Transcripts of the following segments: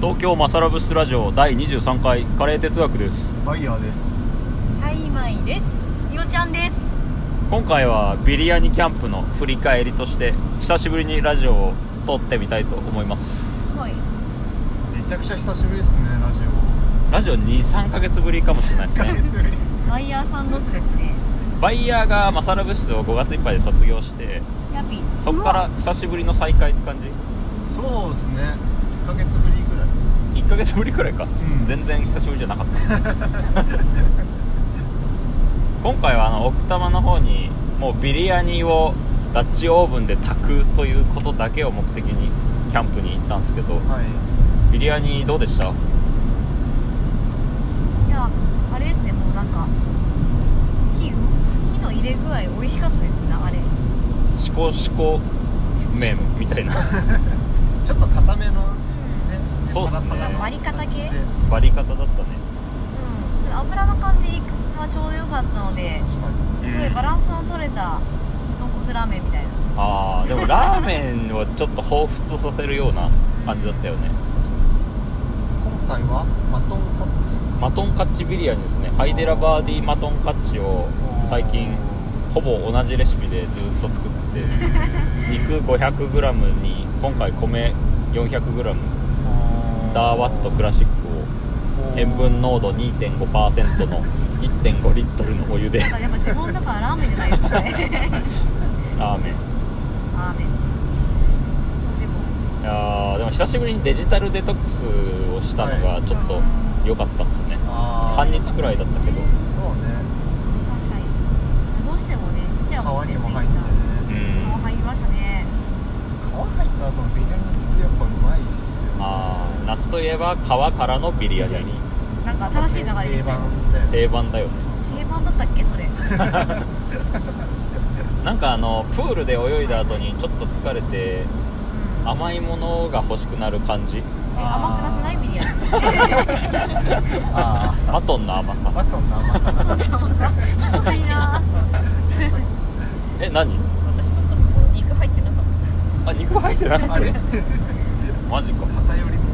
東京マサラブスラジオ第23回カレー哲学ですバイヤーですチャイマイです。みおちゃんです。今回はビリヤニキャンプの振り返りとして久しぶりにラジオを撮ってみたいと思いますはい。めちゃくちゃ久しぶりですねラジラジオ23ヶ月ぶりかもしれないオで1すヶね 月ぶりバイヤーさんロスですね。バイヤーがマサラブ室を5月いっぱいで卒業してヤピ。そこから久しぶりの再会って感じそうですね1ヶ月ぶりぐらい1ヶ月ぶりくらいか、ん全然久しぶりじゃなかった今回はあの奥多摩の方にもうビリヤニをダッチオーブンで炊くということだけを目的にキャンプに行ったんですけどはいビリヤニどうでしたいや、あれですね。もうなんか火火の入れ具合美味しかったですね。あれ。シコシコ麺みたいなちょっと固めのねそうっすねパラパラの割り方系で割り方だったねうん。油の感じがちょうど良かったので、確かにうんすごいバランスの取れた豚骨ラーメンみたいな。ああでもラーメンをちょっと彷彿とさせるような感じだったよね確かに今回はマトンカッチマトンカッチビリヤニですねハイデラバーディマトンカッチを最近ほぼ同じレシピでずっと作ってて肉 500g に今回米 400g ダーワットクラシックを塩分濃度2.5%の1.5リットルのお湯で だからやっぱ自分だからラーメンじゃないですか ラーメンね。いラーメン。そうでもやーでも久しぶりにデジタルデトックスをしたのがちょっと良かったっすね半半日くらいだったけどそうね確かにどうしてもね。じゃあ皮にうも入っていねんもう入りましたね。皮入った後のビリヤニってやっぱうまいっすよねあー夏といえば皮からのビリヤニなんか新しい流れで定すね。番だよね定番だよね定番だったっけ それ。なんかあのプールで泳いだ後にちょっと疲れてうん甘いものが欲しくなる感じえ甘くなくないビリ ヤニあマトンの甘あさバトンの甘さが熱いなえ何私取ったところ肉入ってなかっ あ肉入ってなかあったれマジか偏りも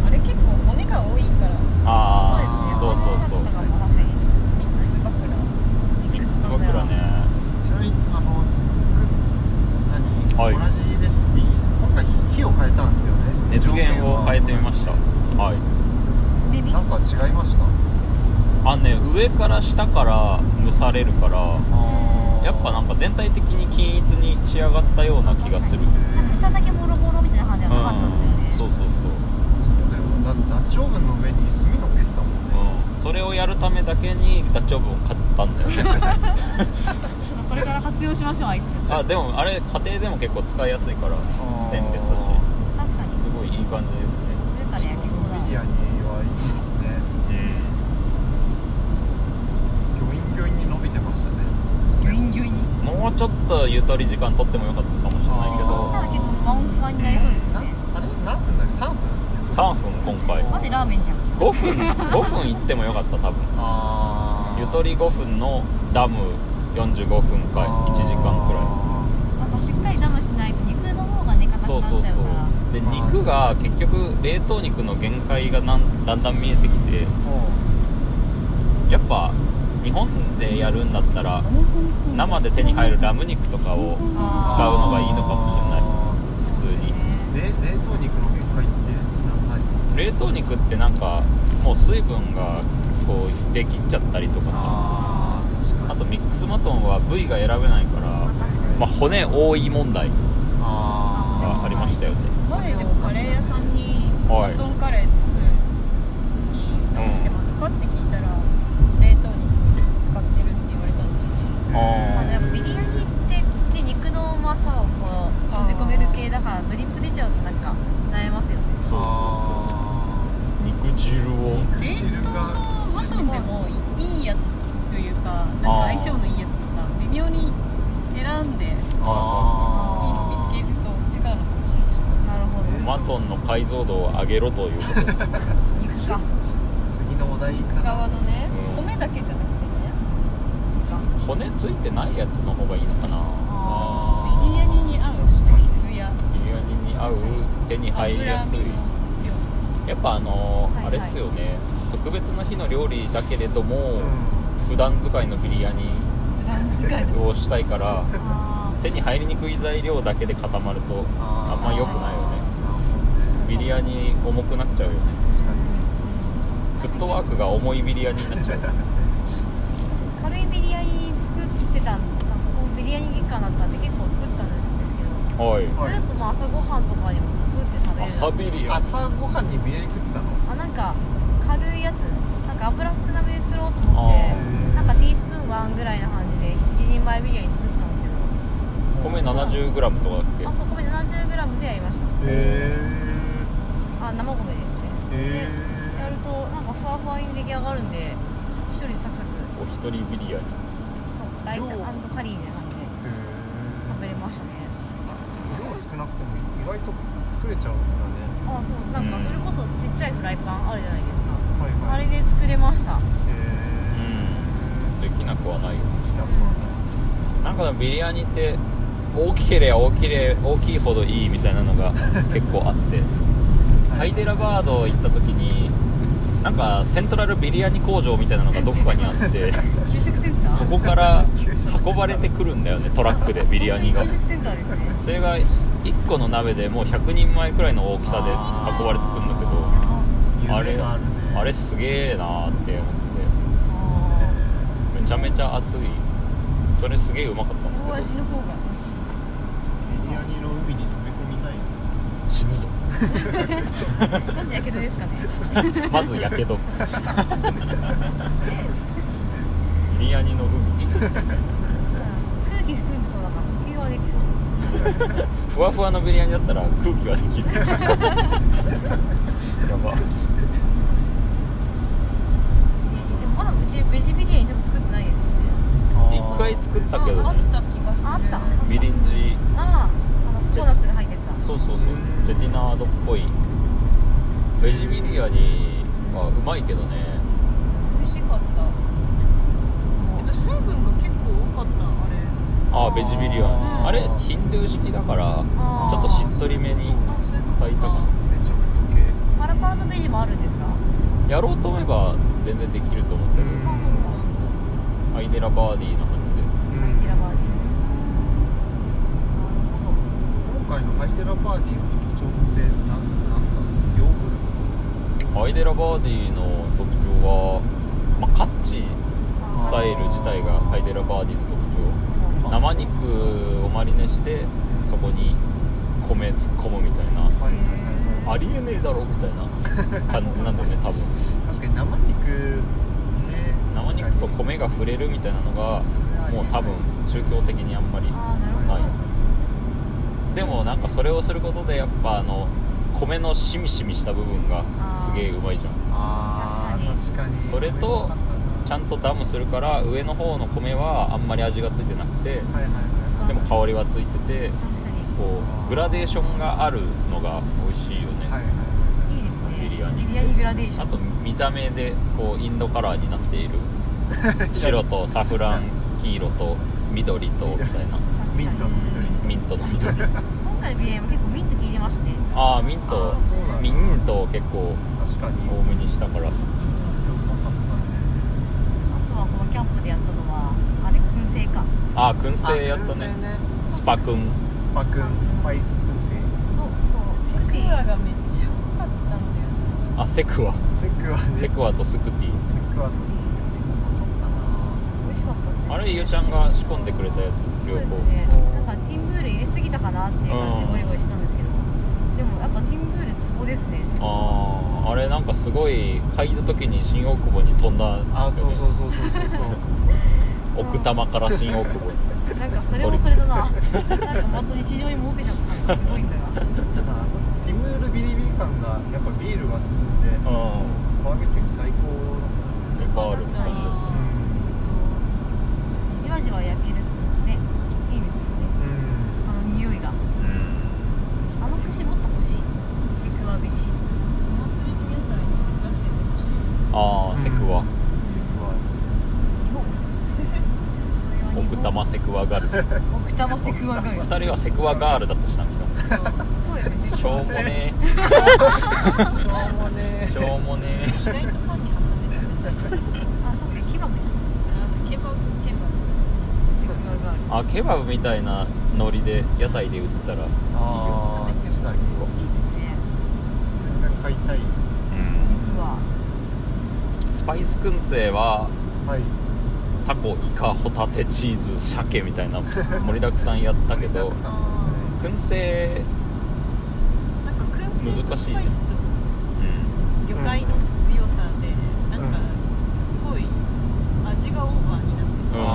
たあれ結構骨が多いからああそうですねそうそう骨そが多かったから確かにミックスバクうラミックスバクラねちなみにあの作はい何、同じレシピ今回火火を変えたんですよね熱源を変えてみましたはいビビなんか違いましたあのね上から下から蒸されるからあやっぱなんか全体的に均一に仕上がったような気がするなんか下だけボロボロみたいな感じはなかったっすよねうんそうそうそうだよだってダッチオーブンの上に炭のっけてたもんそううね、んそれをやるためだけにダッチオーブンを買ったんだよね ちょっとこれから活用しましょうあいつあでもあれ家庭でも結構使いやすいからステンレスだし確かにすごいいい感じですね上から焼けそうだビリヤニはいいっすねギョインギョインに伸びてましたねギュインギュインにうんもうちょっとゆとり時間取ってもよかったかもしれないけそどしたら結構不安不安になりそうですなねあれ何分だっけ3分3分今回マジラーメンじゃん5分5分行ってもよかった多分ああゆとり5分のダム45分か1時間くらいあとしっかりダムしないと肉の方がね硬くそうなっそうそちゃうからうで肉が結局冷凍肉の限界がなんだんだん見えてきてやっぱ日本でやるんだったら生で手に入るラム肉とかを使うのがいいのかもしれないそうっすね普通にれない冷凍肉の限界って何冷凍肉ってなんかもう水分がこうできちゃったりとかさああ確かにあとミックスマトンは部位が選べないから、まあ確かにまあ、骨多い問題あがありましたよね前でもカレー屋さんにはマいトンカレー作る時どうしてますかって聞いたら冷凍肉使ってるって言われたんですよまああでもビリヤニってで肉のうまさをこう閉じ込める系だからドリップ出ちゃうとなんか悩ますよねーそうあそうそう肉汁をー冷汁凍のがマトンでもいいやつというかなんか相性のいいやつとか微妙に選んでいいのあ見つけると違うのかもしれなないるほどマトンの解像度を上げろという ことで肉か次のお題かな側のねうん米だけじゃなくてね骨ついてないやつの方がいいのかなビリヤニに合う保湿やビリヤニに合う手に入りや脂すい身の量やっぱあのーはいあれはいっすよね特別な日の料理だけれども、う普段使いのビリヤニ普段使いをしたいからあ手に入りにくい材料だけで固まるとあーあんま良くないよねんビリヤニ重くなっちゃうよね確かフットワークが重いビリヤニになっちゃう軽いビリヤニ作ってたんだこうビリヤニ月間だったんで結構作ったんですけどはいはいそれだとまあ朝ごはんとかにもサクって食べれる朝ビリヤにニ朝ごはんにビリヤニ食ってたのあなんか軽いやつなんか油少なめで作ろうと思ってあーなんかティースプーンワンぐらいな感じで1人前ビリヤニ作ったんですけど米 70g とかだっけあそこまで 70g でやりましたへあ生米ですねえへでやるとなんかふわふわに出来上がるんで一人でサクサクお一人ビリヤニそうライス量カリーみたいな感じでえ食べれましたね量少なくても意外と作れちゃうんだねあそうなんかそれこそちっちゃいフライパンあるじゃないですかはいあはいれで作れましたへえできなくはないよやっなんかでもビリヤニって大きければ大きれ大きいほどいいみたいなの が結構あってぱハイデラバード行った時になんかセントラルビリヤニ工場みたいなのがどこかにあってー給食センターそこから運ばれてくるんだよねトラックでビリヤニ が給食センタ ーですねそれが1個の鍋でもう100人前くらいの大きさで運ばれてくるんだけどあれ夢があるねあれすげえなーって思っあてめちゃめちゃ熱いそれすげえうまかったん大だけ味の方が美味しいビリヤニの海に飛び込みたどい死ぬぞなんでやけどですかねまずやけどビリヤニの海ー空気含んでそうだから呼吸はできそうふわふわのビリヤニだったら空気はできるやばでもまだうちベジビリヤニ多分作ってないですよね一回作ったけあどあっねた気がするあったみりんじあああのコーナッツが入ってたそうそうそうジェティナードっぽいベジビリヤニはうまいけどね美味しかった私水分が結構多かったあれああベジビリヤニあーあれヒンドゥー式だからあーちょっとしっとりめにあそういうこと炊いたかなめちゃくちゃパラパラのベジもあるんですかやろうと思えば全然できると思ってる、うんアイデラバーディーな感じでアイデラバーディ今回のハイデラパーティーの特徴って何なんだヨーグルアイデラバーディーの特徴は、まあ、カッチスタイル自体がアイデラバーディーの特徴生肉をマリネしてそこに米突っ込むみたいなトはいはいあはいりえねえだろみたいな感じなんだよね多分はい確かに生肉ね生肉と米が触れるみたいなのがもう多分宗教的にあんまりああなるほど、ないでもなんかそれをすることでやっぱあの米のしみしみした部分がすげえうまいじゃんあー確かにそれとちゃとんとダムするから上の方の米はあんまり味がついてなくてはいはいはでも香りはついてて確かにこうグラデーションがあるのが美味しいよいはいはいね、いいですねビリヤニビリヤニグラデーションあと見た目でこうインドカラーになって いる白とサフラン黄色と緑とみたいな 確かにミントの緑ミントの緑今回のビリヤニも結構ミント効いてますねああミントあそうなんだミントを結構確かに多めにしたからうまかっあとはこのキャンプでやったのはあれ燻製かああ燻たね製やった燻製ねスパ燻スパくんスパイス燻製とそうスクティアーがめっちゃ多かったんだよねあセクワセクワねセクワとスクティセクワとステー美味しかったですねあれゆうちゃんが仕込んでくれたやつそう両です方ねなんかティンブール入れすぎたかなっていう感じでゴリゴリしてたんですけどでもやっぱティンブールツボですねあああれなんかすごい嗅いだ時に新大久保に飛んだんキあですそようねそうそうそうそうそう奥多摩から新大久保になんかそれもそれだななんかまた日常に戻ってきちゃった感じがすごいんだなまああのティムールビリビリ感がやっぱビールが進んでうバーベキュー最高んネパール確かにだあんじわじわ焼けるねいいですよねうんあの匂いがうん甘く絞ってほしいセクワ節お祭りに屋台に出しててほしいああセクワセクワ日本これは日本奥多摩セクワガール奥多摩セクワガール二人はセクワガールだったしなみたいそうですねなしょうもねしょう顔ももねね意外とパンに挟んで食べたいあ確かにケバブじゃんあそうケバブケバブセクハラがあるあケバブみたいなノリで屋台で売ってたら、ああ確かにいいですね全然買いたいうん、うわスパイス燻製ははいタコイカホタテチーズ鮭みたいな盛りだくさんやったけど 盛りだくさんあ燻製、なんか燻製とスパイスとうん、魚介の強さでなんかすごい味がオーバーになっうてんあ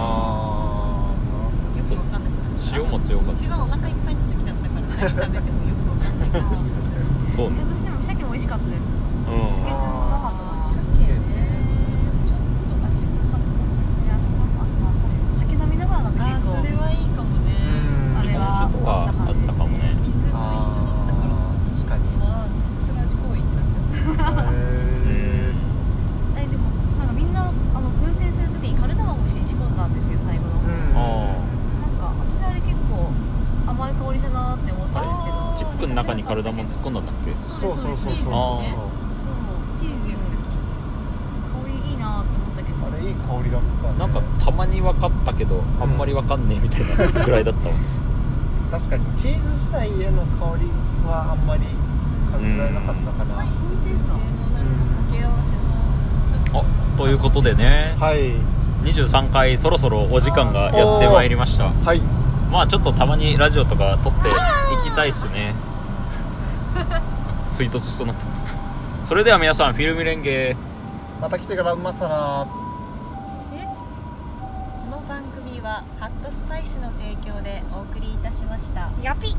るよくわかんなくなって塩も強かった一番お腹いっぱいの時だったから何食べてもよくわかんない感じですそうね、私でも鮭も美味しかったでうす鮭ん天もうまかったなあー鮭ーなるほどねちょっと味濃かっいや私もまあまあ確かに酒飲みながらだとたあ結そ構れはいいかもねうんあれは日本酒とかあったかもね水と一緒だったからさあー確かにあーひたすら味濃いになっちゃっうたんえでもなんかみんなあの燻製する時にカルダモンも一緒に仕込んだんですけど最後の方、なんか私あれ結構甘い香りじゃなーって思ったんですけどあチップの中に体も突っ込んだんだっけそうそうそうそうそうあそうチーズ水よ焼く時香りいいなーって思ったけどあれいい香りだったねなんかたまに分かったけどあんまり分かんねえみたいなぐらいだったわ確かにチーズ自体への香りはあんまり感じられなかったかスなパイスと燻製のなんか掛け合わせのちょっとあということでねはい23回そろそろお時間がやってまいりましたはいまあちょっとたまにラジオとか撮っていきたいっすね追突しそうになったそれでは皆さんフィルムレンゲまた来てからうまさらこの番組はハットスパイスの提供でお送りいたしました。やぴ